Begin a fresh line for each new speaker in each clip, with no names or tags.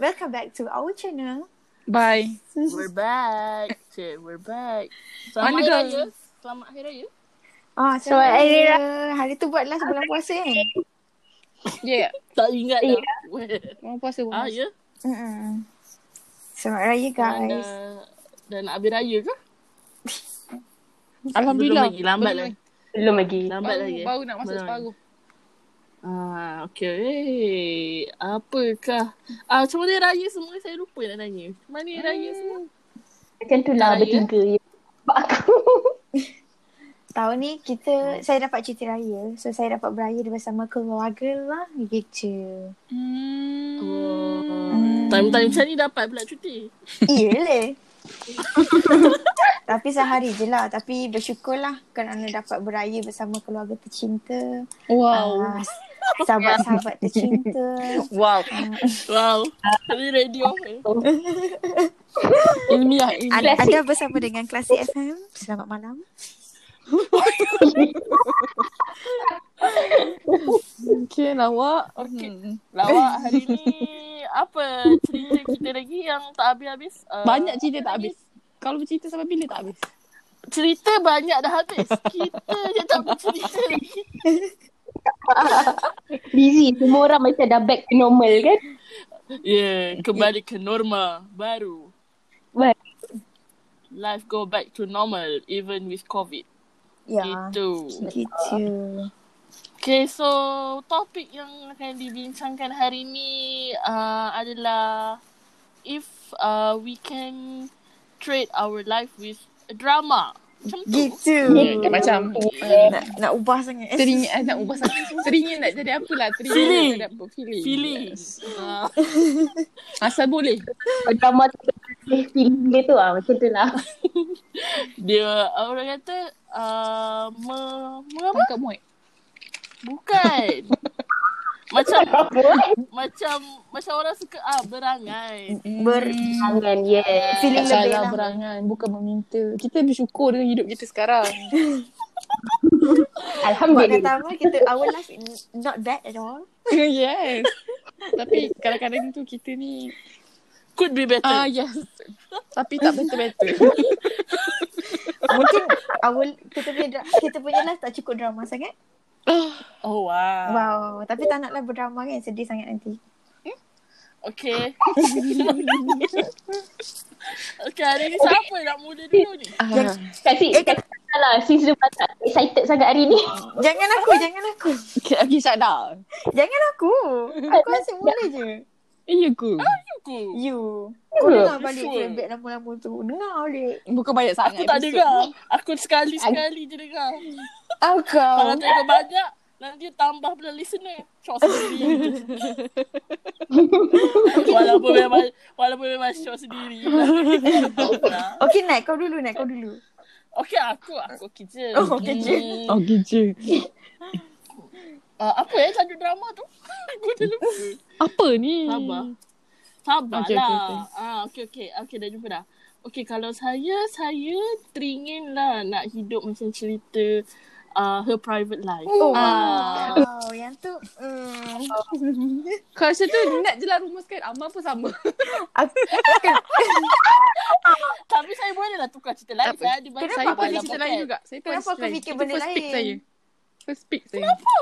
welcome back to our channel.
Bye.
We're back. Cik, we're back.
Mana
Selamat Hari
kau?
Raya. Selamat Hari Raya.
Ah, so
Selamat Hari
hari, hari tu buatlah sebelum puasa kan.
Ya. Yeah.
Tak ingat dah.
Orang puasa pun.
ah, ya?
Mm-mm. Selamat Raya
Dah,
guys.
dah nak habis Raya ke?
Alhamdulillah.
Belum lagi, lambat
Belum
lah.
lagi.
Belum lagi.
Lambat
Baru,
lagi. eh?
baru nak masuk
Belum lagi.
separuh.
Ah, okay. Apakah? Ah, macam mana raya semua saya lupa nak nanya. Macam mana raya
Hmm.
semua?
Macam tu lah
Raya.
bertiga je. Nampak aku.
Tahun ni kita saya dapat cuti raya. So saya dapat beraya bersama keluarga lah gitu.
Hmm.
Oh, time-time macam ni dapat pula cuti.
Iyalah. Tapi sehari je lah. Tapi bersyukur lah kerana dapat beraya bersama keluarga tercinta.
Wow.
Ah, sahabat-sahabat tercinta.
Wow.
Wow. Tadi radio. eh.
Ilmiah. ilmiah.
Anda,
Klasik.
anda bersama dengan Klasik FM. Selamat malam.
Okay, lawak.
Okay.
Hmm.
Lawak hari ni apa cerita kita lagi yang tak habis-habis? Uh,
Banyak cerita tak habis. Kalau bercerita sampai bila tak habis?
Cerita banyak dah habis. Kita je tak bercerita lagi.
Busy. Semua orang macam dah back to normal kan.
Ya, yeah, kembali ke norma baru.
But
Life go back to normal even with COVID.
Ya.
Itu.
Gitu.
Okay, so topik yang akan dibincangkan hari ni uh, adalah if uh, we can trade our life with a drama. Macam tu.
Gitu.
kan?
Hmm. Macam
Nak, nak ubah sangat.
teringin eh, nak ubah sangat. Teringin nak jadi apa lah. Teringin
Feeling.
nak jadi apa. Feeling.
Feeling. Uh,
Asal boleh.
Eh, drama tu boleh feeling dia tu lah. Macam tu lah.
dia uh, orang kata uh, me, me apa?
Tangkap muat.
Bukan. macam
Apa?
macam macam orang suka ah berangai.
Ber
Jangan. Yes.
feeling
Tak
lebih
salah
lah.
berangan. Bukan meminta. Kita bersyukur dengan hidup kita sekarang.
Buat
Alhamdulillah.
kata apa, kita, our life is not bad at all.
yes. Tapi kadang-kadang tu kita ni
Could be better. Uh,
Ah yes. Tapi tak betul-betul.
Mungkin our, kita punya dra- kita punya life tak cukup drama sangat.
oh wow.
Wow. Tapi tak naklah berdrama kan. Sedih sangat nanti.
Okay. okay, hari ni siapa nak mula dulu ni?
Ah.
Kak Sik,
Eh,
Kak Sik tak salah. Sis lah, dia tak excited sangat hari ni.
Oh.
Jangan aku. Jangan aku.
Okay, okay, shut down.
Jangan aku. Aku asyik mula je.
Ya ke?
Aku.
You.
Ya.
Kau dengar balik
Sure.
flashback lama-lama tu. Dengar balik.
Bukan banyak sangat.
Aku tak
episode
dengar.
ni.
Aku sekali-sekali je dengar.
Ah,
Oh, kau.
Kalau tengok banyak, nanti tambah pula listener. Syok sendiri. walaupun memang walaupun memang syok sendiri.
Okay, Nat. Kau dulu, Nat. Kau dulu.
okay, aku aku kerja.
Oh, okey je.
Hmm.
Okay je.
Uh, apa eh tajuk drama tu? aku dah lupa.
Apa ni?
Sabar. Sabar
Okey,
okay,
okey,
lah.
okey.
Ah, okay, okay. Okay, dah jumpa dah. Okay, kalau saya, saya teringin lah nak hidup macam cerita uh, her private life.
Oh,
Ah.
wow. Yang tu. Hmm.
Kau rasa tu Nat je lah rumuskan. Amal pun sama.
Aku,
Tapi saya boleh lah tukar cerita lain.
Tak apa.
Saya ada banyak
saya
saya
pun ada
dalam
cerita
pocket.
lain juga. Saya pun ada
Kenapa
cerita
kau
lain.
fikir
Itu
benda
first pick
lain?
saya. First pick saya.
Apa?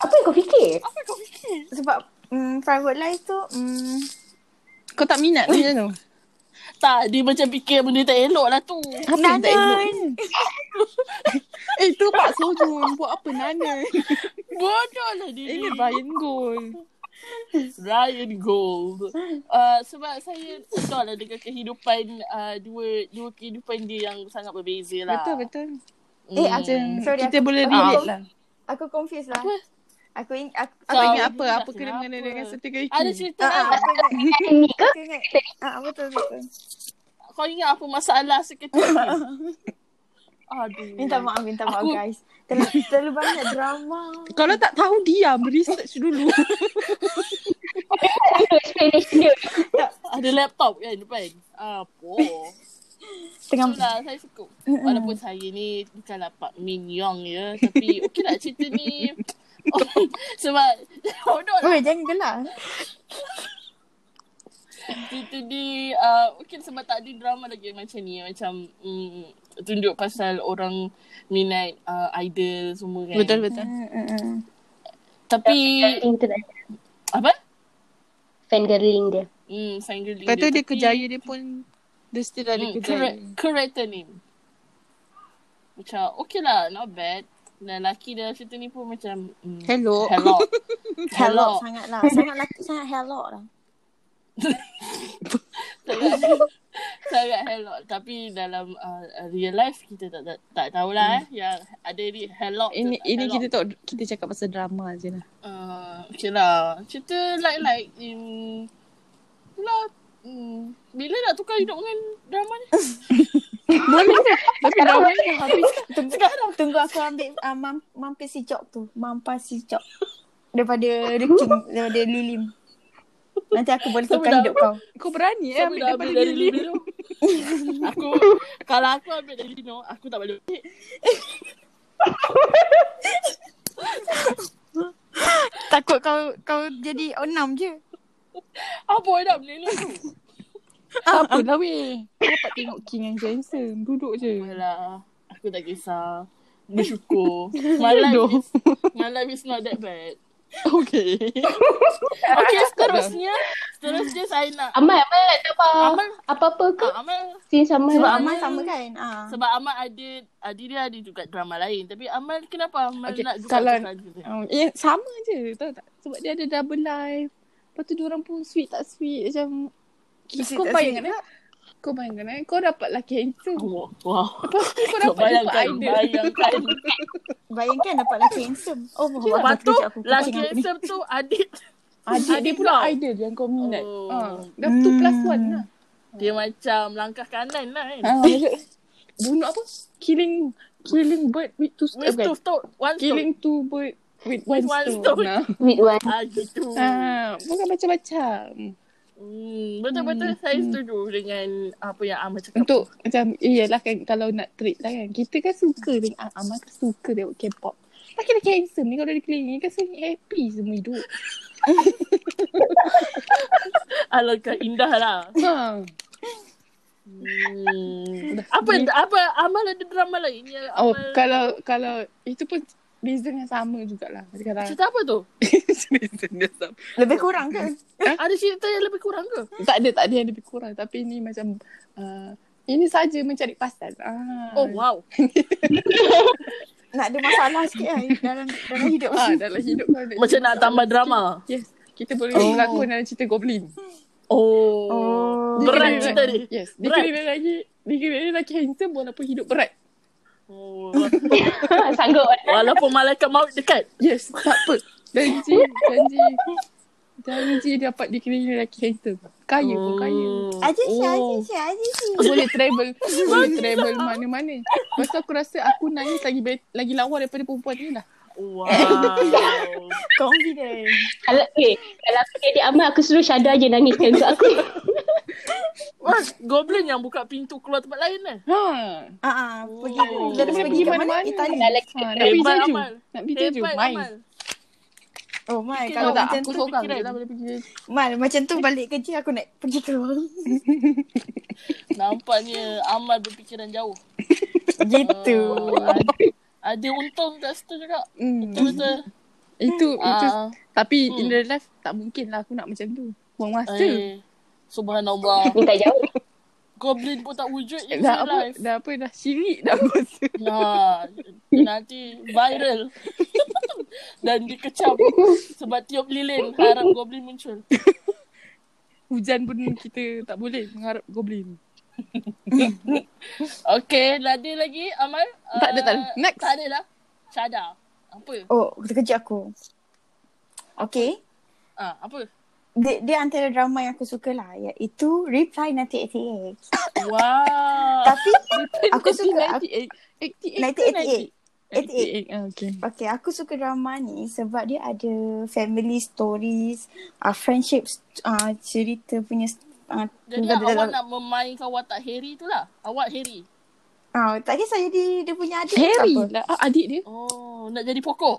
Apa yang kau fikir?
Apa kau fikir?
sebab mm, private life tu mm,
Kau tak minat ni macam tu?
Tak, dia macam fikir benda tak elok lah tu.
Apa yang tak elok? Eh tu Pak Sojun buat apa Eh, Nana?
Bodoh lah dia. ni.
Ini Ryan Gold.
Ryan Gold. Uh, sebab saya bodoh lah dengan kehidupan uh, dua dua kehidupan dia yang sangat berbeza lah.
Betul betul.
Eh,
Hmm.
aku, sorry,
Kita
aku,
boleh
aku-
relate lah.
aku confused lah.
Apa?
Aku ingat aku,
Kau
aku
Sorry.
ingat.
ingat apa?
tak
Apa kena mengena
kenapa.
dengan serta kaki?
Ada cerita lah.
Ah, ah,
lain.
aku ingat.
Hari ni ke?
Aku ingat. Ah, betul betul.
Kau ingat apa masalah seketika ni? Aduh.
Minta maaf, minta maaf
Aku-
guys. Terlalu, terlalu banyak drama.
Kalau tak tahu diam, research dulu.
Ada explanation dia.
Ada laptop kan depan. Apa?
Tengah
Itulah saya suka. Walaupun saya ni bukanlah Pak Min Yong ya. Tapi okey lah cerita ni. Oh, sebab bodoh lah.
Oi, jangan gelak.
Dia tu dia uh, Mungkin sebab tak ada drama lagi macam ni Macam mm, Tunjuk pasal orang Minat uh, Idol semua kan
Betul betul.
Mm, mm, mm.
Tapi
Fan tu dah-
Apa?
Fan girling dia.
Hmm Fangirling
Lepas tu dia kejaya dia pun dia still ada
Hmm,
kejaya.
correct, character name. Macam okay lah, not bad. Dan lelaki dalam cerita ni pun macam mm,
Hello.
Hello. hello.
Hello sangat lah. Sangat lelaki sangat hello lah.
sangat, sangat hello. Tapi dalam uh, real life kita tak tak, tak tahulah eh. Yang ada ni hello. tu
Hmm. Ini
tak
ini
hello.
kita tak kita cakap pasal drama je lah.
Uh, okay lah. Cerita like like in lah Hmm. Bila nak tukar hidup dengan drama ni?
Tapi drama ni habis
Tunggu, tunggu aku ambil uh, mam, mampir si Jok tu. Mampar si Jok. Daripada Rekim. daripada Lilim. Nanti aku boleh
Tapi dah-
tukar hidup kau.
kau berani eh
Siapa
ambil
dah
daripada
ambil
dari
dari Lino? aku, kalau aku ambil dari Lino, aku tak balik.
Takut kau kau jadi onam je.
Apa dah benda ni tu?
Apa lah weh. Kau dapat tengok King and Jensen. Duduk je.
Apalah, aku tak kisah. Bersyukur. My life is, my life is not that bad.
Okay.
Okay, seterusnya. Seterusnya saya nak.
Amal, Amal tak apa.
Amal.
Apa-apa ke?
Ah, Amal.
Scene sama.
Sebab
Hmm.
Amal sama kan. Ah.
Sebab Amal ada, ada dia ada juga drama lain. Tapi Amal kenapa Amal
Okay,
nak juga
kalau-
tukar-tukar dia?
Um, eh, sama je. Tahu tak? Sebab dia ada double life. Lepas tu diorang pun sweet tak sweet. Macam
Sweet
kau
tak
bayangkan
sweet
eh. Kau bayangkan eh. Kau dapat lelaki handsome.
Oh, Wow.
Lepas tu kau
Kau
dapat dapat
bayangkan,
idol.
bayangkan.
Bayangkan dapat lelaki handsome. Oh, buat
Lepas
apa
tu,
kejap aku
laki
kucing aku ni.
handsome tu adik.
Adik, Ah, dia
Adik
pula
kau.
idol yang kau minat.
Oh. Hmm.
Oh. dah tu plus one lah.
Dia macam langkah kanan lah kan.
Ah, maksud- bunuh apa? Killing killing bird with two
With
stones.
two stone, one stone.
Killing two bird with one,
One
stone.
stone.
Nah.
With one.
Ah, gitu.
Ah, bukan macam-macam.
Hmm, betul-betul saya setuju dengan apa yang Amal cakap.
Untuk macam eh, Yelah kan Kalau nak treat lah kan Kita kan suka dengan ah, Amal kan suka tengok K-pop Laki-laki handsome ni Kalau dia keliling Kan sangat happy semua hidup
Alangkah indah lah.
ha.
Hmm. Apa apa Amal ada drama lain yang
Oh
Amal
Kalau Kalau Itu pun Reason yang sama jugalah Kalau
cerita apa tu?
Reason yang sama
Lebih kurang ke?
Ada cerita yang lebih kurang ke?
Tak ada Tak ada yang lebih kurang Tapi ni macam uh, Ini saja mencari pasal ah.
Oh wow.
Nak ada masalah sikit kan dalam, dalam hidup.
ah, Dalam hidup kau ada-
Macam nak tambah drama.
Yes Kita boleh
Oh.
oh. berlakon dalam cerita Goblin
Oh.
Oh.
Berat
Dia kena-
cerita ni.
Yes Dia
Berat.
kena lagi Dia kena lagi handsome Walaupun hidup berat
Oh.
Sanggup.
Walaupun malaikat maut dekat.
Yes, tak apa. Janji, janji. Janji dapat dikelilingi lelaki handsome. Kaya pun kaya.
Aziz Syah,
Oh.
Aziz Syah, Aziz Syah.
Boleh travel. boleh travel mana-mana. Lepas tu aku rasa aku nangis lagi bet, lagi lawa daripada perempuan ni lah.
Wow.
Confident.
Kalau, okay. Kalau aku jadi Amal, aku suruh Syada je nangis untuk aku.
Wah, Goblin yang buka pintu keluar tempat lain kan?
Ha.
Ah, ah, pergi.
Oh.
Dia
Boleh
pergi
pergi
kat mana?
mana-mana.
Itali.
ha nak pergi
Hebat,
Jeju.
Amal.
Nak pergi Jeju.
Hebat,
Main.
Amal.
Oh, Mal.
Fikir
Kalau
Kalau
tak,
macam
aku
tu,
seorang
fikiran.
je lah boleh pergi Jeju.
Mal, macam tu balik kerja aku nak pergi keluar.
Nampaknya Amal berfikiran jauh.
gitu.
Ah, ada- ada untung kat situ juga.
Oh. Hmm.
Betul-betul.
Itu, itu.
Ah,
Tapi in
Hmm.
real life tak mungkin lah aku nak macam tu. Buang masa.
eh, subhanallah.
Minta jauh.
Goblin pun tak wujud in real
Dah apa,
life.
dah apa, dah syirik dah aku rasa.
Nah, nanti viral. Dan dikecam sebab tiup lilin harap goblin muncul.
Hujan pun kita tak boleh mengharap goblin.
Okay, ada lagi Amal?
Tak ada, tak ada. Next.
Tak ada lah. Syada. Apa?
Oh, kerja aku. Okay.
Ah, apa?
Dia, dia antara drama yang aku suka lah iaitu Reply 1988.
Wow.
Tapi aku suka aku,
eh,
1988.
88. 88. Ah, okay.
Okay, aku suka drama ni sebab dia ada family stories, uh, friendship, uh, cerita punya uh,
Jadi awak nak memainkan watak Harry tu lah. Awak Harry.
uh, tak kisah jadi dia punya adik ke
Harry
apa.
lah. Ah, adik dia.
Oh, nak jadi pokok.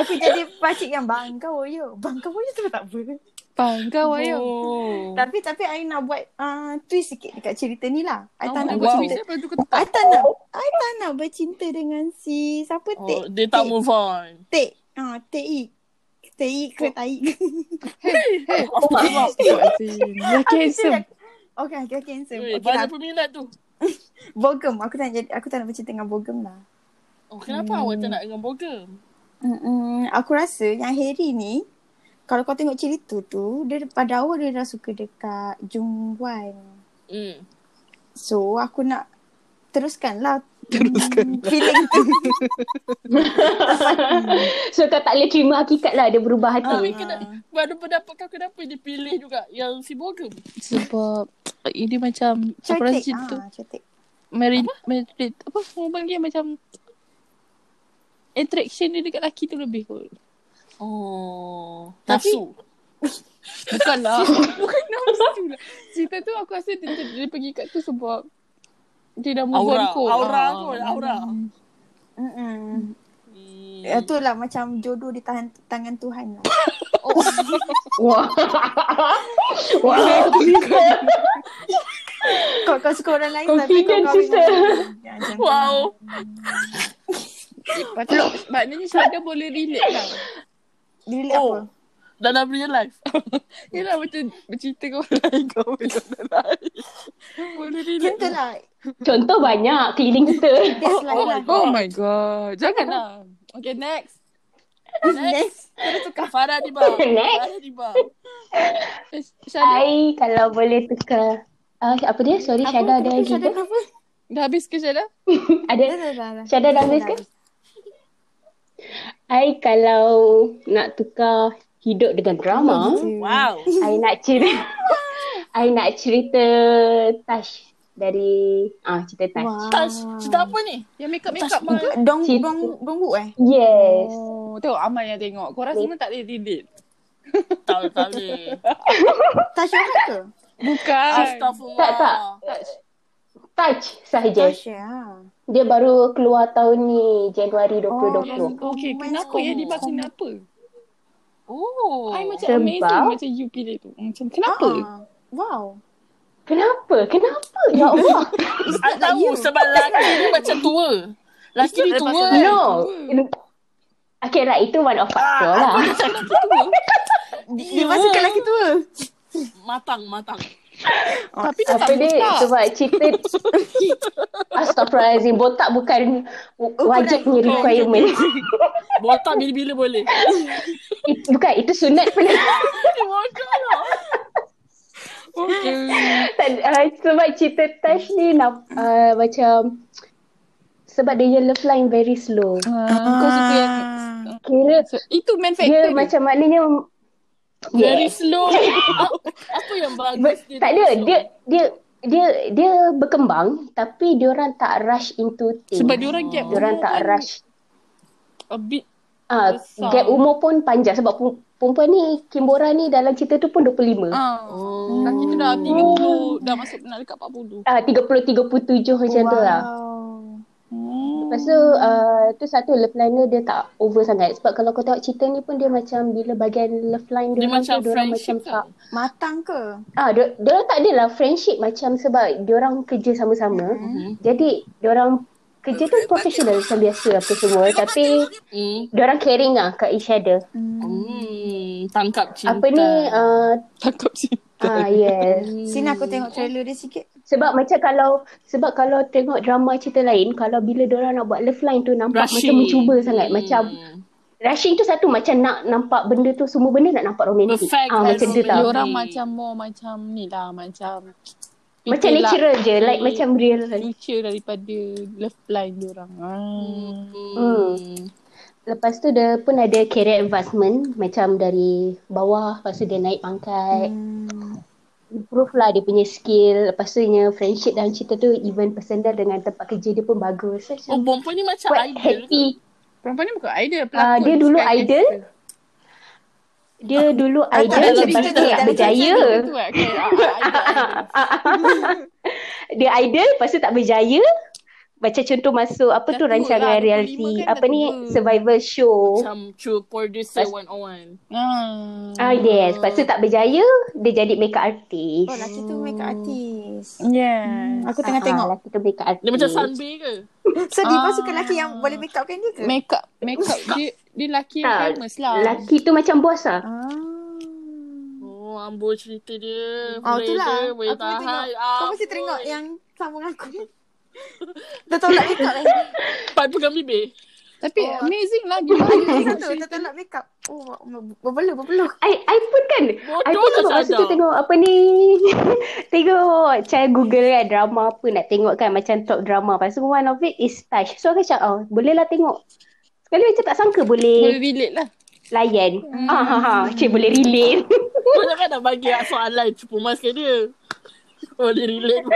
Aku jadi pakcik yang bangga yo. Bangga yo tu tak apa.
Bang kau ayam.
Oh.
Tapi tapi I nak buat uh, twist sikit dekat cerita ni lah. I tak nak
Awak
buat
bercinta.
cerita lepas tu kau
I tak nak I tak nak bercinta dengan si siapa
oh,
Tek.
dia tak
Tek-
move on.
Tek. Ah, Tek Ik. Tek Ik ke Taik.
Ya, Dia handsome.
Okay, okay, cancel.
Wait,
Okay,
banyak
lah.
peminat tu.
Bogem. Aku tak nak jadi, aku tak nak bercinta dengan Bogem lah.
Oh, kenapa awak tak nak dengan Bogem?
Mm-mm. Aku rasa yang Harry ni, kalau kau tengok cerita tu, dia pada awal dia dah suka dekat Jung Wan.
Hmm.
So, aku nak teruskanlah teruskan feeling tu.
So kau tak boleh terima hakikat lah dia berubah
Tapi
hati.
Eh, kena, baru pendapat kau kenapa dia pilih juga yang si Bogem?
Sebab ini macam apa rasa
Cantik.
cerita tu
Ah, cantik.
merit merit apa orang panggil macam attraction dia dekat lelaki tu lebih kot.
Oh.
Tapi-
Nafsu. Bukanlah.
Bukan nafsu lah. Cerita tu aku rasa dia, dia, dia pergi kat tu sebab dia dah move
aura.
on kot.
Aura
Ah.
kot. Aura.
Mm-mm.
Hmm.
Ya, tu lah macam jodoh di tangan, tangan Tuhan lah.
Wah. Wah.
Kau, kau suka orang lain tapi kau
Confident
kahwin
kita.
dengan orang lain. Ya, macam tu.
Wow.
Patut maknanya Syada boleh relate lah.
Diri
Oh.
apa?
Dalam real life.
Yelah macam bercerita kau orang lain kau boleh orang lain. Boleh relate.
Macam tu lah.
Contoh banyak keliling kita.
Best lah.
my
lah.
Oh my god. lah. Janganlah. Kan Okay next.
Next.
Farah Diba.
Next.
Farah Diba.
Eh, Syada
I kalau boleh tukar. Ah, apa dia? Sorry
Apa?
Syada ada
Apa?
lagi.
Syada kenapa?
dah habis ke Syada?
Ada
Dah, dah, dah, dah.
Syada dah habis ke? I kalau nak tukar hidup dengan drama,
Wow.
I nak cerita I nak cerita Tash dari ah cerita Tash.
Wow.
Touch. Cerita apa ni?
Yang make up make up mah.
Dong
Cerita.
dong dong Wu eh.
Yes.
Oh, tengok Amal yang tengok. Korang semua tak boleh relate.
Tak, tak boleh.
Tasha Wu ke?
Bukan.
Astagfirullah.
Tak tak. Touch sahaja.
Tasha. ah.
Dia baru keluar tahun ni Januari 2020.
Okay,
Romance
kenapa
comedy.
yang dia buat kenapa?
Oh.
I macam
Sebab-
amazing macam you pilih tu. Macam kenapa?
Ah. Wow.
Kenapa? Kenapa? Ya Allah.
I tahu
you.
sebab lelaki ni macam tua. Lelaki ni tua. kan?
no. Okay lah, itu one of factor lah.
Di- Dia masih ke lelaki tua.
Matang, matang.
Ah, Tapi dia tak
Apa dia
botak.
sebab cerita Astagfirullahalazim botak bukan w- wajib punya requirement.
Botak bila-bila boleh.
It, bukan itu sunat pun
Okay.
tak, uh, sebab cerita Tash ni nak uh, macam sebab dia punya love line very slow.
Ah, Kau suka yang...
Kira
So, itu main factor
dia
dia.
macam maknanya
Very
yes.
slow. A- Apa yang
Ber-
bagus dia?
tak ada dia dia dia dia berkembang tapi dia orang tak rush into things.
Sebab dia orang gap.
dia orang
umur
tak
pun
rush
A bit.
Ah,
Besar.
gap umur pun panjang sebab pu- perempuan ni Kimbora ni dalam cerita tu pun 25. Ah,
Ah.
Oh.
Kaki tu dah 30. Dah masuk nak dekat 40.
Ah, 30 37 macam tu lah.
Hmm.
Lepas tu uh, tu satu love line dia, dia tak over sangat sebab kalau kau tengok cerita ni pun dia macam bila bahagian love line
Dia
dia, orang
macam
tu dia orang macam
friendship
tak
tau.
Matang ke?
ah dia, dia orang tak adalah friendship macam sebab dia orang kerja sama-sama.
Mm-hmm.
Jadi dia orang kerja tu profesional macam biasa lah, apa semua tapi
Hmm.
dia orang caring lah kat each other.
Hmm. Tangkap cinta.
Apa ni uh,
Tangkap sini.
ah yes.
Sini aku tengok trailer dia sikit.
Sebab macam kalau sebab kalau tengok drama cerita lain kalau bila diorang nak buat love line tu nampak macam mencuba
Hmm.
sangat macam
Hmm.
rushing tu satu macam nak nampak benda tu semua benda nak nampak romantik.
Perfect
Ah
and
macam tu
Dia
tau.
romantic.
orang macam more macam ni lah. Macam...
Macam
People
natural je like
Hmm.
macam real.
Future daripada love line dia orang. Ah.
Hmm.
Lepas tu dia pun ada career advancement macam dari bawah lepas tu dia naik pangkat.
Hmm.
Improve lah dia punya skill. Lepas tu dia friendship dalam cerita tu even personal dengan tempat kerja dia pun bagus. So,
Oh,
macam
perempuan ni macam
quite
idol.
happy.
Perempuan ni bukan idol
Ah,
pelakon.
dia dulu
Bukan
idol.
actor.
Dia dulu
Ah, tak ada
idol lepas
cerita
tu
ni,
tak
tak ada
berjaya.
Itu kan. Ah, idol, idol.
dia idol lepas tu tak berjaya Macam contoh masuk apa tu
Dah tua
rancangan
lah, 25
reality,
kan dah
apa ni
tua.
survival show.
Macam true producer 101.
Ah.
Ah yes, lepas
lah.
tu tak berjaya, dia jadi makeup artist.
Oh, lelaki tu make up artist.
Yeah.
Aku tengah
Ah,
tengok.
Lelaki tu makeup artist.
Dia macam Sunbay ke?
So, Diva
Ah.
suka lelaki yang boleh make upkan dia ke?
Make up, make up dia dia lelaki yang
Tak,
famous lah.
Ah, Lelaki tu macam bos lah.
Ah.
Oh, amboi cerita dia.
Oh,
Ah,
Boleh
tu lah.
dia, Boleh
Aku boleh
tahan.
tengok.
Ah,
Kau mesti tengok yang sama dengan aku. Dah tolak make up lagi.
Pat pegang bibir.
Tapi
Oh.
amazing lah dia.
Satu, dah tolak make up. Oh, berbeluh, berbeluh.
I, I pun kan I
Bodoh
pun
lah
tengok masa tu
sadar.
tengok apa ni Tengok Saya google kan drama apa Nak tengok kan macam top drama Lepas tu one of it is Touch So aku macam oh boleh lah tengok Sekali macam tak sangka
Boleh
boleh
relate lah.
layan ah, ha, ha. Cik boleh relate
Kau jangan kan nak bagi aku soalan Cuba mas ke dia Boleh relate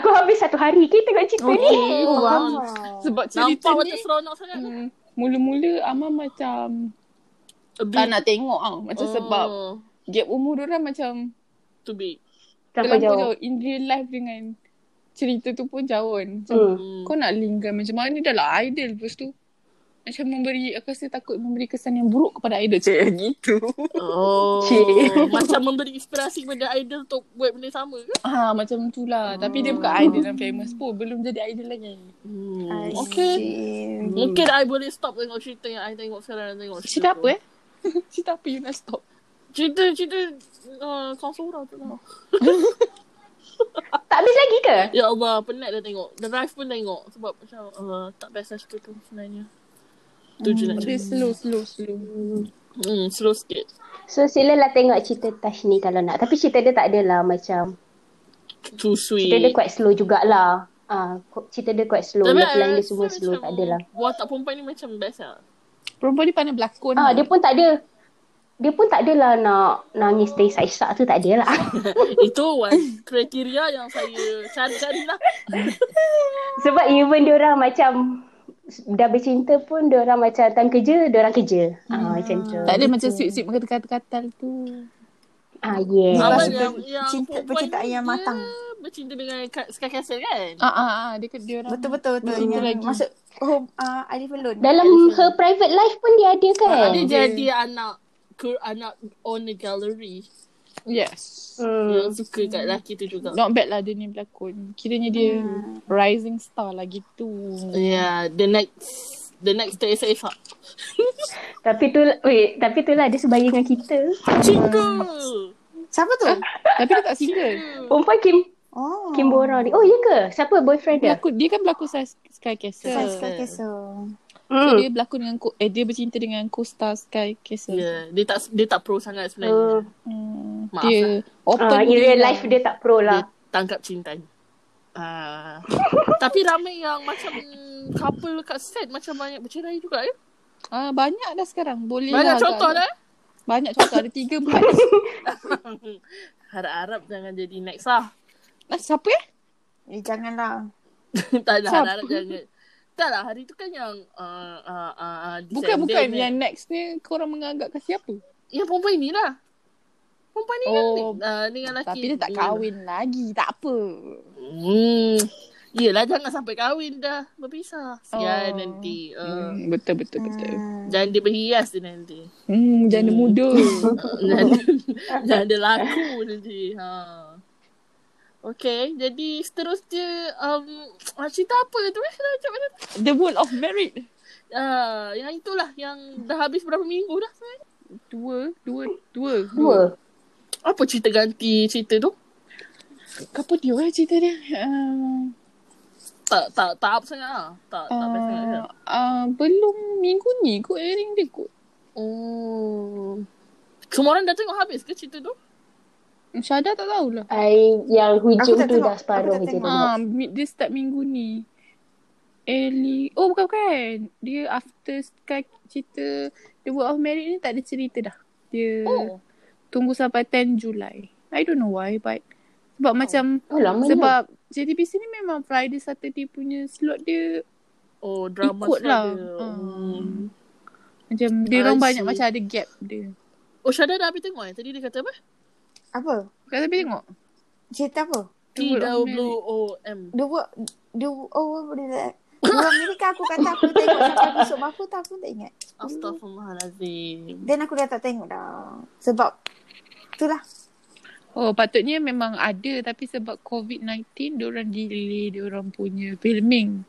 Aku habis satu hari ke tengok cerita ni
Oh, wow.
Sebab
Nampak
cerita
macam
ni
seronok sangat hmm.
hmm, mula-mula Amar macam
A bit Oh,
tak nak tengok tau. Macam sebab gap umur orang macam
Too big
Terlalu
terlampau
jauh
jauh. In real life dengan cerita tu pun jauh kan. Macam
hmm.
hmm.
Kau nak lingkar macam mana dah lah idol lepas tu. Macam memberi, aku rasa takut memberi kesan yang buruk kepada idol. Cik, gitu.
Oh
Cik.
Macam memberi inspirasi kepada idol Untuk buat benda sama ke
Ah macam tu lah. Tapi dia bukan idol yang famous pun. Belum jadi idol lagi.
hmm. Okay Mungkin I boleh stop tengok cerita yang I tengok sekarang dan tengok
Cerita
tu.
apa eh? cerita apa you nak stop?
Cerita, cerita uh, Kansura tu lah
Tak habis lagi ke?
Ya Allah, penat dah tengok The Drive pun tengok Sebab macam uh, Tak best lah cerita tu sebenarnya Tu je nak
Mm.
Dia
cakap
slow, slow, slow.
hmm, Slow sikit
So silalah tengok cerita Touch ni kalau nak Tapi cerita dia tak adalah macam
Too sweet
Cerita dia quite slow jugalah Ah, cerita dia quite slow. Love line
rasa
dia semua slow. Tak adalah.
Watak perempuan ni macam best lah.
Perempuan ni pandai berlakon.
Ah, dia pun tak ada dia pun tak adalah nak nangis terisak-isak tu tak adalah.
Itu one kriteria yang saya cari-cari lah.
Sebab even dia orang macam dah bercinta pun dia orang macam time kerja dia orang kerja.
Hmm.
Ah macam tu.
Tak ada macam sweet-sweet makan kata-katal tu.
Ah yes.
Sebab
Abang
cinta- cinta-
perempuan
percintaan
ni
yang
dia
matang.
Bercinta dengan Ka- Sky Castle kan?
Ah ah ah dia dia orang.
Betul betul betul.
Betul
Yang
lagi.
Masuk home uh, Alif Alone.
Dalam her private life pun dia ada kan.
Dia
Ah,
jadi anak ke anak on the gallery
Yes.
Hmm.
yang suka kat lelaki tu juga.
Not bad lah dia ni berlakon. Kiranya dia
Hmm.
rising star lah gitu.
Yeah, Ya, the next the next to Esa Esa.
Tapi tu wait, tapi tu lah dia sebaya dengan kita.
Cinta.
Siapa tu?
Tapi dia tak single.
Perempuan Kim
Hmm. Oh.
Kim Bora ni. Oh ya ke? Siapa boyfriend dia?
Berlakon, dia kan berlakon Sky, Sky Castle.
Sky
Sky-
Sky Castle.
So,
Hmm.
dia berlakon dengan ko- eh dia bercinta dengan co-star Sky
Ya,
Castle.
Yeah, Ya, dia tak dia tak pro sangat sebenarnya.
Uh,
Hmm,
Maaf
dia open
uh, in
diri
real
lah.
life dia tak pro
Dia
lah.
tangkap cinta. Ah. Tapi ramai yang macam couple kat set macam banyak bercerai juga ya.
Ah banyak dah sekarang. Boleh
Banyak
lah.
contoh eh?
agak-
dah.
Banyak contoh ada tiga empat.
Harap-harap jangan jadi next lah.
Ah, siapa eh?
Eh janganlah.
tak lah,
Siapa?
harap-harap jangan. Tak lah, hari tu kan yang uh, uh, uh, uh,
Bukan
December
bukan
ni.
yang next ni korang menganggapkan siapa?
Yang perempuan ni lah. Perempuan ni
Oh.
kan uh, dengan lelaki.
Tapi dia tak kahwin lagi. Tak apa.
Hmm. Yelah, jangan sampai kahwin dah. Berpisah. Sian
Oh.
nanti. Uh,
Hmm, betul betul betul.
Hmm.
Jangan dia berhias dia nanti.
Hmm, janda
Hmm.
muda.
jangan, jangan dia laku nanti. Ha. Okay, jadi seterusnya um, ah, cerita apa tu eh? Macam mana?
The world of married.
Uh, yang itulah, yang dah habis berapa minggu dah sebenarnya.
Dua, dua, dua.
Dua.
Apa cerita ganti cerita tu?
Apa dia eh cerita dia? Uh,
Tak tak tak up sangat ah. Tak tak best sangat. ke?
uh, uh, belum minggu ni kot airing dia kot.
Oh. Semua orang dah tengok habis ke cerita tu?
Syada tak tahulah.
I, yang hujung
Aku tak
tu
tengok.
dah separuh
Aku tak
je
tengok.
tengok.
Ah, mid dia start minggu ni. Ellie. Oh bukan bukan. Dia after Sky cerita The World of Merit ni tak ada cerita dah. Dia oh. tunggu sampai 10 Julai. I don't know why but sebab oh. macam
Oh, lama ni.
sebab JTBC ni memang Friday Saturday punya slot dia
Oh, drama
Ikut lah.
Shraddha.
Hmm.
Hmm.
macam dia orang
I
banyak
see.
macam ada gap dia.
Oh, Shada dah habis tengok eh? Tadi dia kata apa?
Apa?
Kau tapi tengok.
Cerita apa?
T-W-O-M.
Dia buat Dia Oh what is that Dua Amerika aku kata aku tengok sampai episod berapa tu aku tak ingat
Astaghfirullahalazim.
Then aku dah tak tengok dah Sebab Itulah
Oh patutnya memang ada tapi sebab COVID-19 diorang delay diorang punya filming.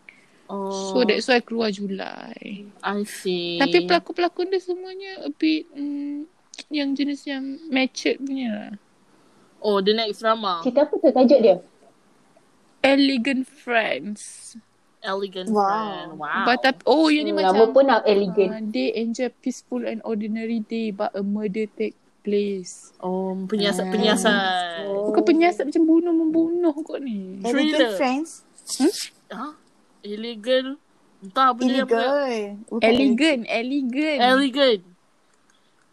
Oh,
So that's why keluar Julai.
I see.
Tapi pelakon-pelakon dia semuanya a bit mm, yang jenis yang matured punya lah.
Oh, the next drama.
Cerita apa tu tajuk dia?
Elegant Friends.
Elegant
Wow.
Friend. Wow.
But tapi, oh yang ni
Hmm,
macam
Lama pun nak elegant.
Uh, they enjoy peaceful and ordinary day but a murder take place.
oh, penyiasat-penyiasat.
Oh.
Kau penyiasat macam bunuh-membunuh kot ni.
Thriller.
Elegant friends
Ha? Illegal. Entah apa dia apa.
Illegal Bukan
Elegant, elegant.
Elegant.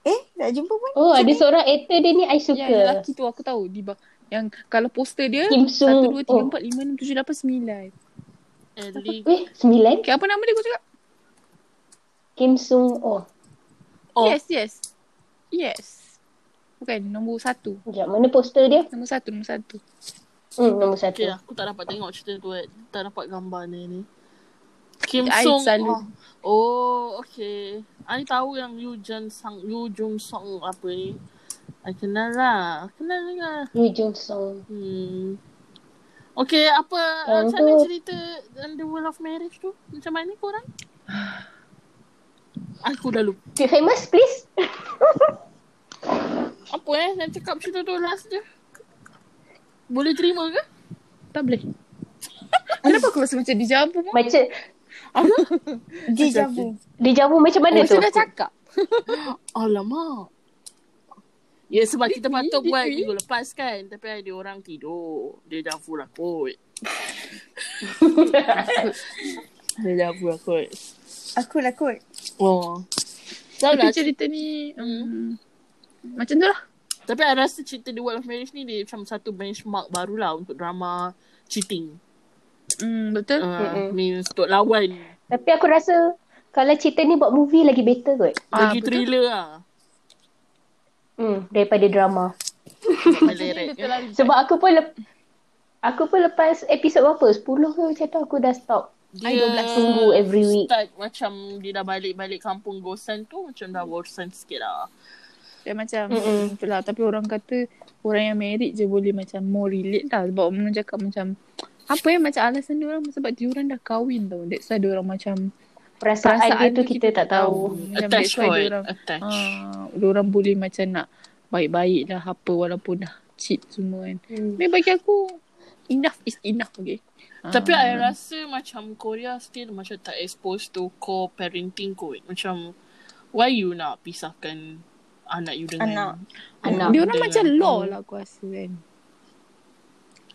Eh tak jumpa pun
Oh, ada seorang actor Ya, dia ni I
yang yang
suka.
lelaki Ya, tu aku tahu di bawah. Yang kalau poster dia
Kim Soo.
1 2
Oh.
3 4 5 6 7 8 9.
Elegant.
Eh, sembilan?
Okay, apa nama dia kau cakap?
Kim Sung. Oh,
Oh.
Yes, yes. Yes. Bukan nombor 1.
sekejap. Mana poster dia?
Nombor 1, nombor 1.
Hmm, nombor
Okay,
satu.
aku tak dapat tengok cerita tu. eh. Tak dapat gambar ni. ni. Kim
I
Sung.
selalu-
Oh, oh okay. I tahu yang Yu Jun Sang, Yu Jung Song apa ni. I kenal lah. Kenal lah.
Lee Jung Sung.
Hmm. Okay, apa
Yang
macam mana
tu-
cerita dalam The World of Marriage tu? Macam mana korang? Aku dah lupa.
Be famous, please.
Apa eh? Saya cakap cerita tu last je. Boleh terima ke?
Tak boleh. Kenapa aku rasa macam dijamu?
Macam,
Deja vu
dia jawab macam mana tu?
Macam dah cakap.
Alamak. Ya sebab kita patut
Dikwi.
buat minggu lepas kan. Tapi ada orang tidur. Dia dah full lah kot. Dia dah full lah kot.
Aku lah kot
Oh. Dah
Tapi
lah.
cerita ni
Hmm.
um, macam tu lah.
Tapi I rasa cerita The World of Marriage ni dia macam satu benchmark barulah untuk drama cheating.
Hmm, betul.
Ah.
Uh,
Mm-mm.
ni untuk lawan.
Tapi aku rasa kalau cerita ni buat movie lagi better kot.
Ah,
Lagi
betul.
thriller lah.
Hmm, daripada drama.
Tak boleh
Ini dia terlalu
Sebab aku pun lep- aku pun lepas episod berapa? 10 ke macam tu aku dah stop.
Dia
Tunggu every week.
start macam dia dah balik-balik kampung Gosan tu macam dah bosan sikit lah.
Dia macam
Mm-mm.
mm lah. Tapi orang kata orang yang married je boleh macam more relate lah. Sebab orang cakap macam apa ya macam alasan dia orang sebab dia orang dah kahwin tau. That's why dia orang macam
Perasaan,
Perasaan
dia tu kita, tak tahu.
Macam
Attach
that's why
kot.
dia orang
Attach.
ah, dia orang boleh macam nak baik-baik lah apa walaupun dah cheat semua kan.
Hmm.
Tapi bagi aku enough is enough okay. Ah.
Tapi I rasa macam Korea still macam tak exposed to co-parenting kot. Macam why you nak pisahkan anak you dengan
Anak.
dia orang
dengan-
macam law lah aku rasa kan.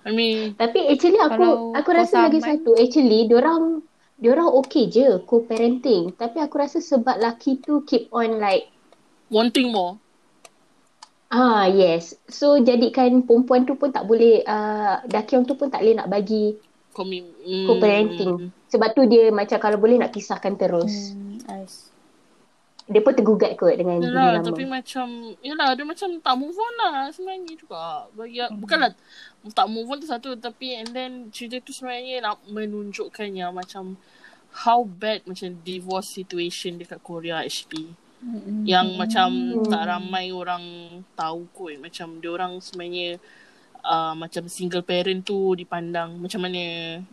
I mean
Tapi actually aku
Kalau
aku
kau
rasa lagi
saman-
satu actually diorang diorang okay je co-parenting tapi aku rasa sebab laki tu keep on like
wanting more.
ah yes so jadikan perempuan tu pun tak boleh uh, laki orang tu pun tak boleh nak bagi
Commit. Hmm.
co-parenting sebab tu dia macam kalau boleh nak pisahkan terus
Hmm, I see.
dia pun tergugat kot dengan
Yalah,
bini
Ya,
lama
lah, tapi macam Yalah, dia macam tak move on lah sebenarnya juga Bagi
Hmm.
aku, bukanlah tak move on tu satu Tapi and then cerita tu sebenarnya nak menunjukkan yang macam How bad macam divorce situation dekat Korea actually
Mm-mm.
Yang macam tak ramai orang tahu kot Macam orang sebenarnya Uh, macam single parent tu dipandang macam mana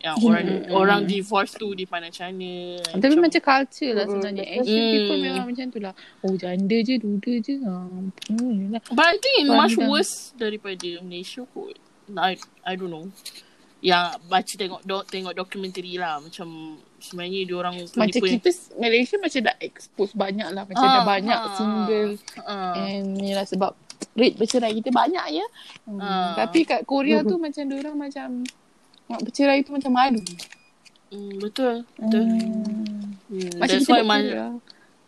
yang orang orang divorce tu dipandang macam mana
Hmm. Tapi macam, culture lah
Hmm.
Mm-mm,
sebenarnya.
betul.
Asian people
Mm.
memang macam tu lah. Oh janda je, duda je. Ah, hmm, lah.
But I think it much
Pandang.
worse daripada Malaysia kot. I, I don't know. Yang baca tengok do, tengok dokumentari lah. Macam sebenarnya dia orang
Macam kita s- Malaysia macam dah expose banyak lah. Macam
Ah.
dah banyak single.
Uh,
And ni lah sebab rate bercerai kita banyak ya. Hmm.
Ah.
Tapi kat Korea tu macam diorang macam nak bercerai tu macam malu.
mm, betul. Betul.
Hmm.
Mm.
Macam
That's
kita
why
kat
man,
Korea.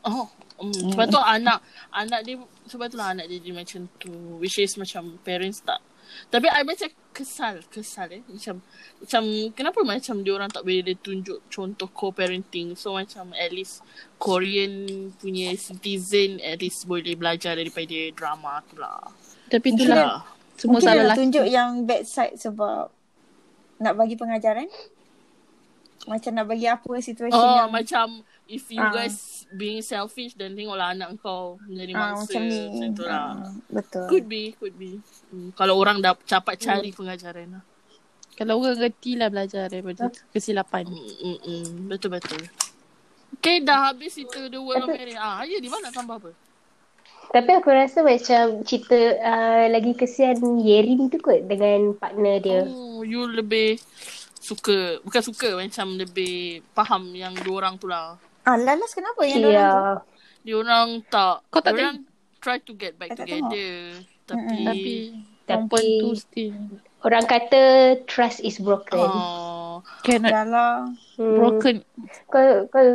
Oh. Mm. Sebab tu anak anak dia sebab tu lah anak dia, dia macam tu which is macam parents tak. Tapi I macam kesal, kesal eh. Macam macam kenapa macam dia orang tak boleh dia tunjuk contoh co-parenting. So macam at least Korean punya citizen at least boleh belajar daripada drama tu lah.
Tapi
Itu
itulah
lah.
semua
Mungkin dia
salah lah.
nak
lelaki.
tunjuk yang bad side sebab nak bagi pengajaran? Macam nak bagi apa situasi
Oh,
yang
macam if you
Ah.
guys being selfish then tengoklah anak kau menjadi
ah,
mangsa.
macam ni.
Macam tu lah.
Ah, betul.
Could be, could be. Hmm, kalau orang dah capat cari
Hmm.
pengajaran lah.
Kalau orang reti lah belajar daripada kesilapan.
Mm-mm. Betul-betul. Okay, dah habis itu The World of Marriage. Ah, ya, di mana nak tambah apa?
Tapi aku rasa macam cerita uh, lagi kesian Yerin tu kot dengan partner dia.
Oh, you lebih suka, bukan suka, macam lebih faham yang diorang tu lah.
Ah, Lalas kenapa yang
Ya.
yeah.
Yeah.
Diorang tak,
Kau tak
diorang try to get back
I tak
together. Tapi,
Tapi perempuan
Tapi-
tu still
Orang kata trust is broken.
oh,
cannot
Dalam
Hmm.
broken.
Kau, kau,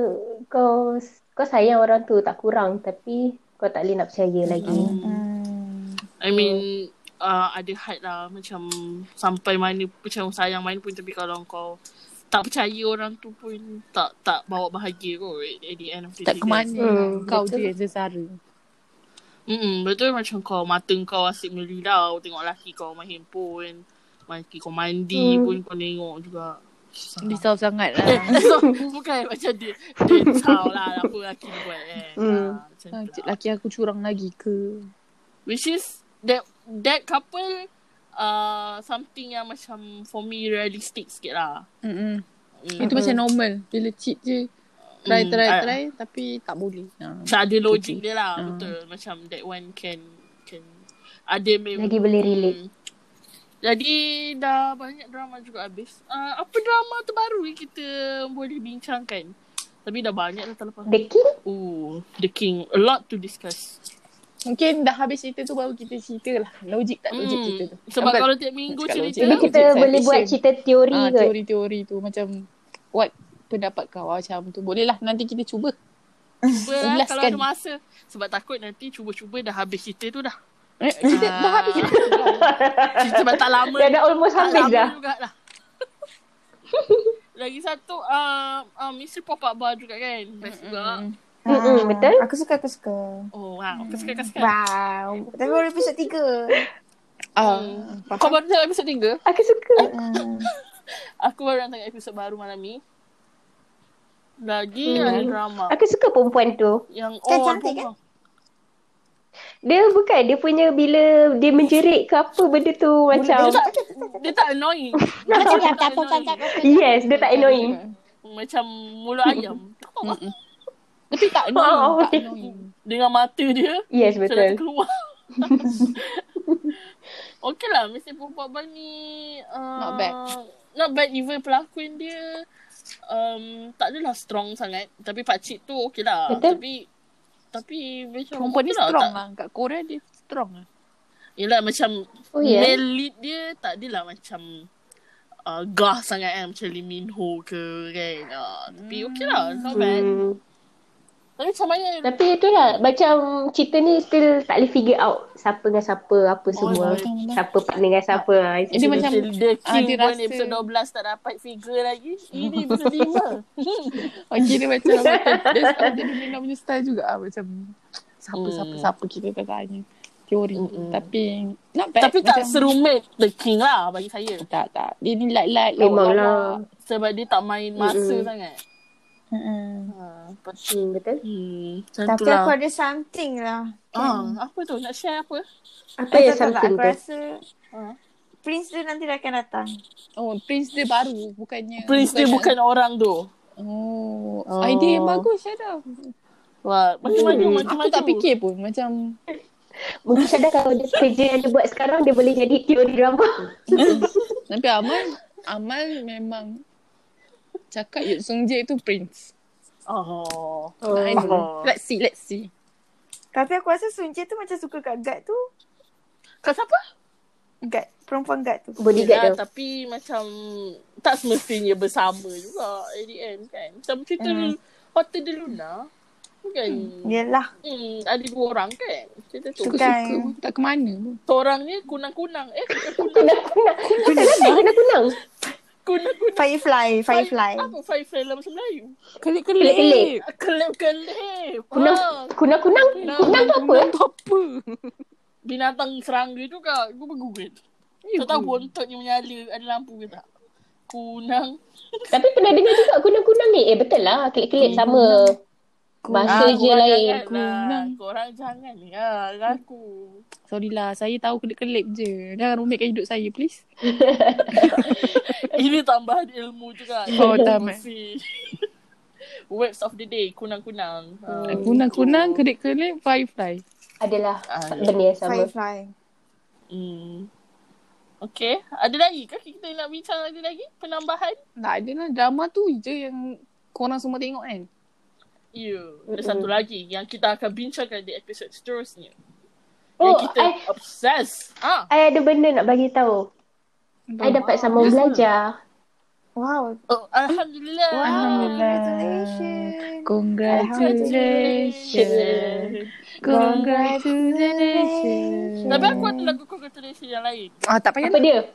kau, kau sayang orang tu tak kurang tapi kau tak boleh nak percaya lagi.
hmm.
I mean, uh, ada had lah macam sampai mana, macam sayang mana pun tapi kalau kau tak percaya orang tu pun tak tak bawa bahagia kot at the end of the
Tak
day
ke
kan.
mana
Hmm,
kau
betul.
je yang sesara.
Mm-mm, betul macam kau mata kau asyik melilau tengok laki kau main handphone. Laki kau mandi
Hmm.
pun kau tengok juga. Susah.
Risau sangat
Eh,
lah.
so, bukan macam dia dia tahu lah apa laki dia buat eh.
Hmm.
Ah, macam
Ah,
tu lah.
Laki aku curang lagi ke?
Which is that that couple uh, something yang macam for me realistic sikit lah.
Mm-mm.
Mm.
Itu macam normal. Bila cheat je try
Mm,
try
I-
try tapi tak boleh. Ha.
Macam ada logic dia lah
Ah.
betul macam that one can can ada memang
Lagi boleh relate.
Hmm. Jadi dah banyak drama juga habis. Uh, apa drama terbaru yang kita boleh bincangkan? Tapi dah banyak dah terlepas.
The King?
Ooh, The King. A lot to discuss.
Mungkin dah habis cerita tu baru kita cerita lah. Logik tak logik cerita tu.
Hmm. Sebab
Nampak?
kalau tiap minggu
Cakap logik.
cerita.
Jadi
Dia
kita
Fiction,
boleh buat
fiction.
cerita teori
Ah,
kot.
teori-teori tu macam what pendapat kau Ah, macam tu. Boleh lah nanti kita cuba.
Cuba lah kalau
Ulaskan.
ada masa. Sebab takut nanti cuba-cuba dah habis cerita tu dah.
Eh, kita
Ah.
dah habis cerita. tu lah.
Sebab tak lama.
Dah dah almost
tak
habis
lama
dah.
jugalah. Lagi satu, uh, uh, Mr. Pop-Up Bar juga kan. Best juga.
Mm-mm,
Ah,
Hmm, betul?
Aku suka, aku suka.
Oh, wow. Kasihkan-kasihkan.
Wow. Tapi baru episod tiga.
Ah,
Hmm. Kau baru tengok episod 3?
Aku suka.
Hmm.
Aku baru nak tengok episod baru malam ni. Lagi
Hmm.
ada drama.
Aku suka perempuan tu.
Yang
Kan
oh,
cantik,
apa-
Dia bukan. Dia punya bila dia menjerit ke apa benda tu macam.
Dia tak, dia tak annoying. Dia tak annoying.
Yes, dia tak annoying.
Macam mulut ayam.
Tapi tak annoying.
Oh,
tak
okay.
annoying.
Dengan mata dia.
Yes,
Sudah
betul.
terkeluar. okay lah. Mesti perempuan abang ni. Uh,
Not bad.
Not bad. Even pelakon dia. Um, tak adalah strong sangat. Tapi pakcik tu okay lah.
Betul.
Tapi. Tapi macam.
Perempuan ni
okay lah,
strong
tak-
lah. Kat Korea dia strong lah.
Yelah macam
Oh, ya?
male lead dia tak adalah macam uh, gah sangat kan. Macam Lee Min Ho ke kan. Uh, tapi okay lah. Not bad.
Hmm.
Tapi macam mana?
Tapi itulah macam cerita ni still tak boleh figure out siapa dengan siapa apa semua.
betul.
Siapa partner dengan siapa. Hmm, It's
Dia
just-
macam
The
ah,
King
dia
pun
rasa-
episode 12 tak dapat figure lagi. Ini episode 5.
Okay dia macam Dia sama dia Nina punya style juga lah. Macam Siapa
Hmm.
siapa siapa kita tak tanya Teori
Mm-mm.
Tapi Not bad
Tapi tak
Macam-
serumit The King lah bagi saya.
Tak tak Dia ni light-light
Memang
lawak-lawak.
Sebab dia tak main masa
Mm-mm.
sangat.
Mm-mm.
Ha, lepas-
Hmm, betul.
hmm, macam tu
Tapi
lah.
aku ada something lah.
Ah, apa tu? Nak share apa?
Apa
Eh, tak, tak,
yang
tak.
something
Aku
tu?
rasa
Ha.
Prince tu nanti akan datang.
Oh Prince dia baru Bukannya
Prince dia bukan orang tu.
Oh,
Oh.
Idea yang bagus Syara
Wah, maju-maju,
Hmm,
maju-maju.
Aku tak fikir pun Macam
Mungkin sadar kalau dia kerja yang dia buat sekarang dia boleh jadi teori drama.
Tapi Amal Amal memang Cakap Yuk Sung Jae tu Prince
Oh.
I don't know.
Oh.
Let's see Let's see
Tapi aku rasa Sunje tu macam suka kat guard tu.
Kau siapa?
Guard. Perempuan guard tu.
Ya,
Bodyguard tu.
tapi macam tak semestinya bersama juga at the end kan. Macam cerita
Hmm.
Mm-hmm.
hmm. Hotel de Luna bukan hmm.
Yelah.
Hmm, ada dua orang kan cerita tu.
Suka.
Suka-suka pun, Tak ke mana pun
Seorang ni kunang-kunang. Eh, kunang-kunang.
Kunang-kunang. Kunang-kunang.
kunang-kunang.
Firefly. Firefly.
Apa firefly dalam bahasa Melayu?
Kelip-kelip
Kelip-kelip.
Kunang.
Ah,
Kunang-kunang. Kunang tu apa?
Kunang tu apa
binatang serangga juga. Aku bergoogle.
Ya
Kau tahu bontot ni menyala ada lampu ke tak? kunang.
Tapi pernah dengar juga kunang-kunang ni. Eh betul lah. Kelip-kelip sama. Bahasa
Hmm. Ah,
je
korang
lain.
Janganlah. Korang jangan ya aku.
Sorry lah, saya tahu kelip-kelip je. Jangan rumitkan hidup saya, please.
Ini tambahan ilmu juga.
Oh, tamat.
Kongsi. Words of the day, kunang-kunang. Ah,
Hmm.
Oh. Kunang-kunang,
betul.
kelip-kelip, fly-fly.
Adalah
Ah, ya.
benda yang sama.
Firefly.
Hmm. Okay, ada lagi ke kita nak bincang lagi lagi? Penambahan?
Tak ada lah. Drama tu je yang korang semua tengok kan.
Ya, ada
Mm-mm.
satu lagi yang kita akan bincangkan di episod seterusnya.
Oh,
yang kita
I,
obsess. Ah,
I ada benda nak bagi tahu. I dapat sambung
Yes,
belajar.
Wow.
oh, Alhamdulillah.
Wow.
Alhamdulillah.
Congratulations.
Congratulations. Congratulations.
Tapi aku ada lagu congratulations yang lain.
Ah, tak payah
Apa dia?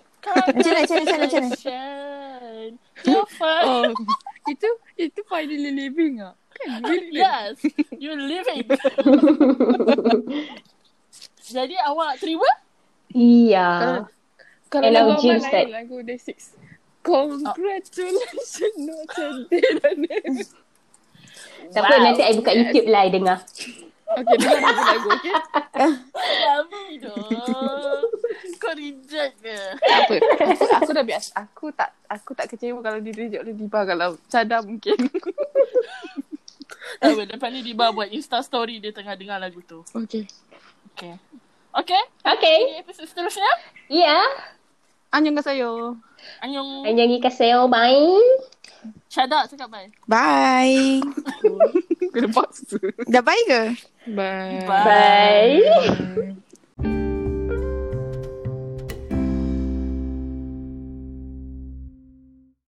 Cina, cina, cina, cina.
Congratulations. You're fine.
Oh, itu itu finally living ah. Kan? Yeah.
Yes, you're living. Jadi awak nak terima?
Iya.
Ah,
Ah. Kalau
Hello,
lagu
Jim
Ahmad
Ustaz.
lain lagu day six. Congratulations Not cantik dan
Tak apa,
Wow.
nanti I buka YouTube lah I dengar.
Okay dengar lagu lagu okay
Lama dong. Ya, Kau reject ke?
Tak apa aku, aku dah biasa Aku tak Aku tak kecewa Kalau dia reject oleh Diba Kalau cadar mungkin
Tak apa, depan Eh, ni Diba buat Insta story dia tengah dengar lagu tu.
Okay
Okay. Okay,
Okay.
ini episod seterusnya.
Ya.
Anjung kasayo
Anyong.
Anjangi kaseo. Bye.
Shada cakap bye.
Bye.
Kena paksa
Dah baik ke?
Bye
Bye.
Bye.
Bye.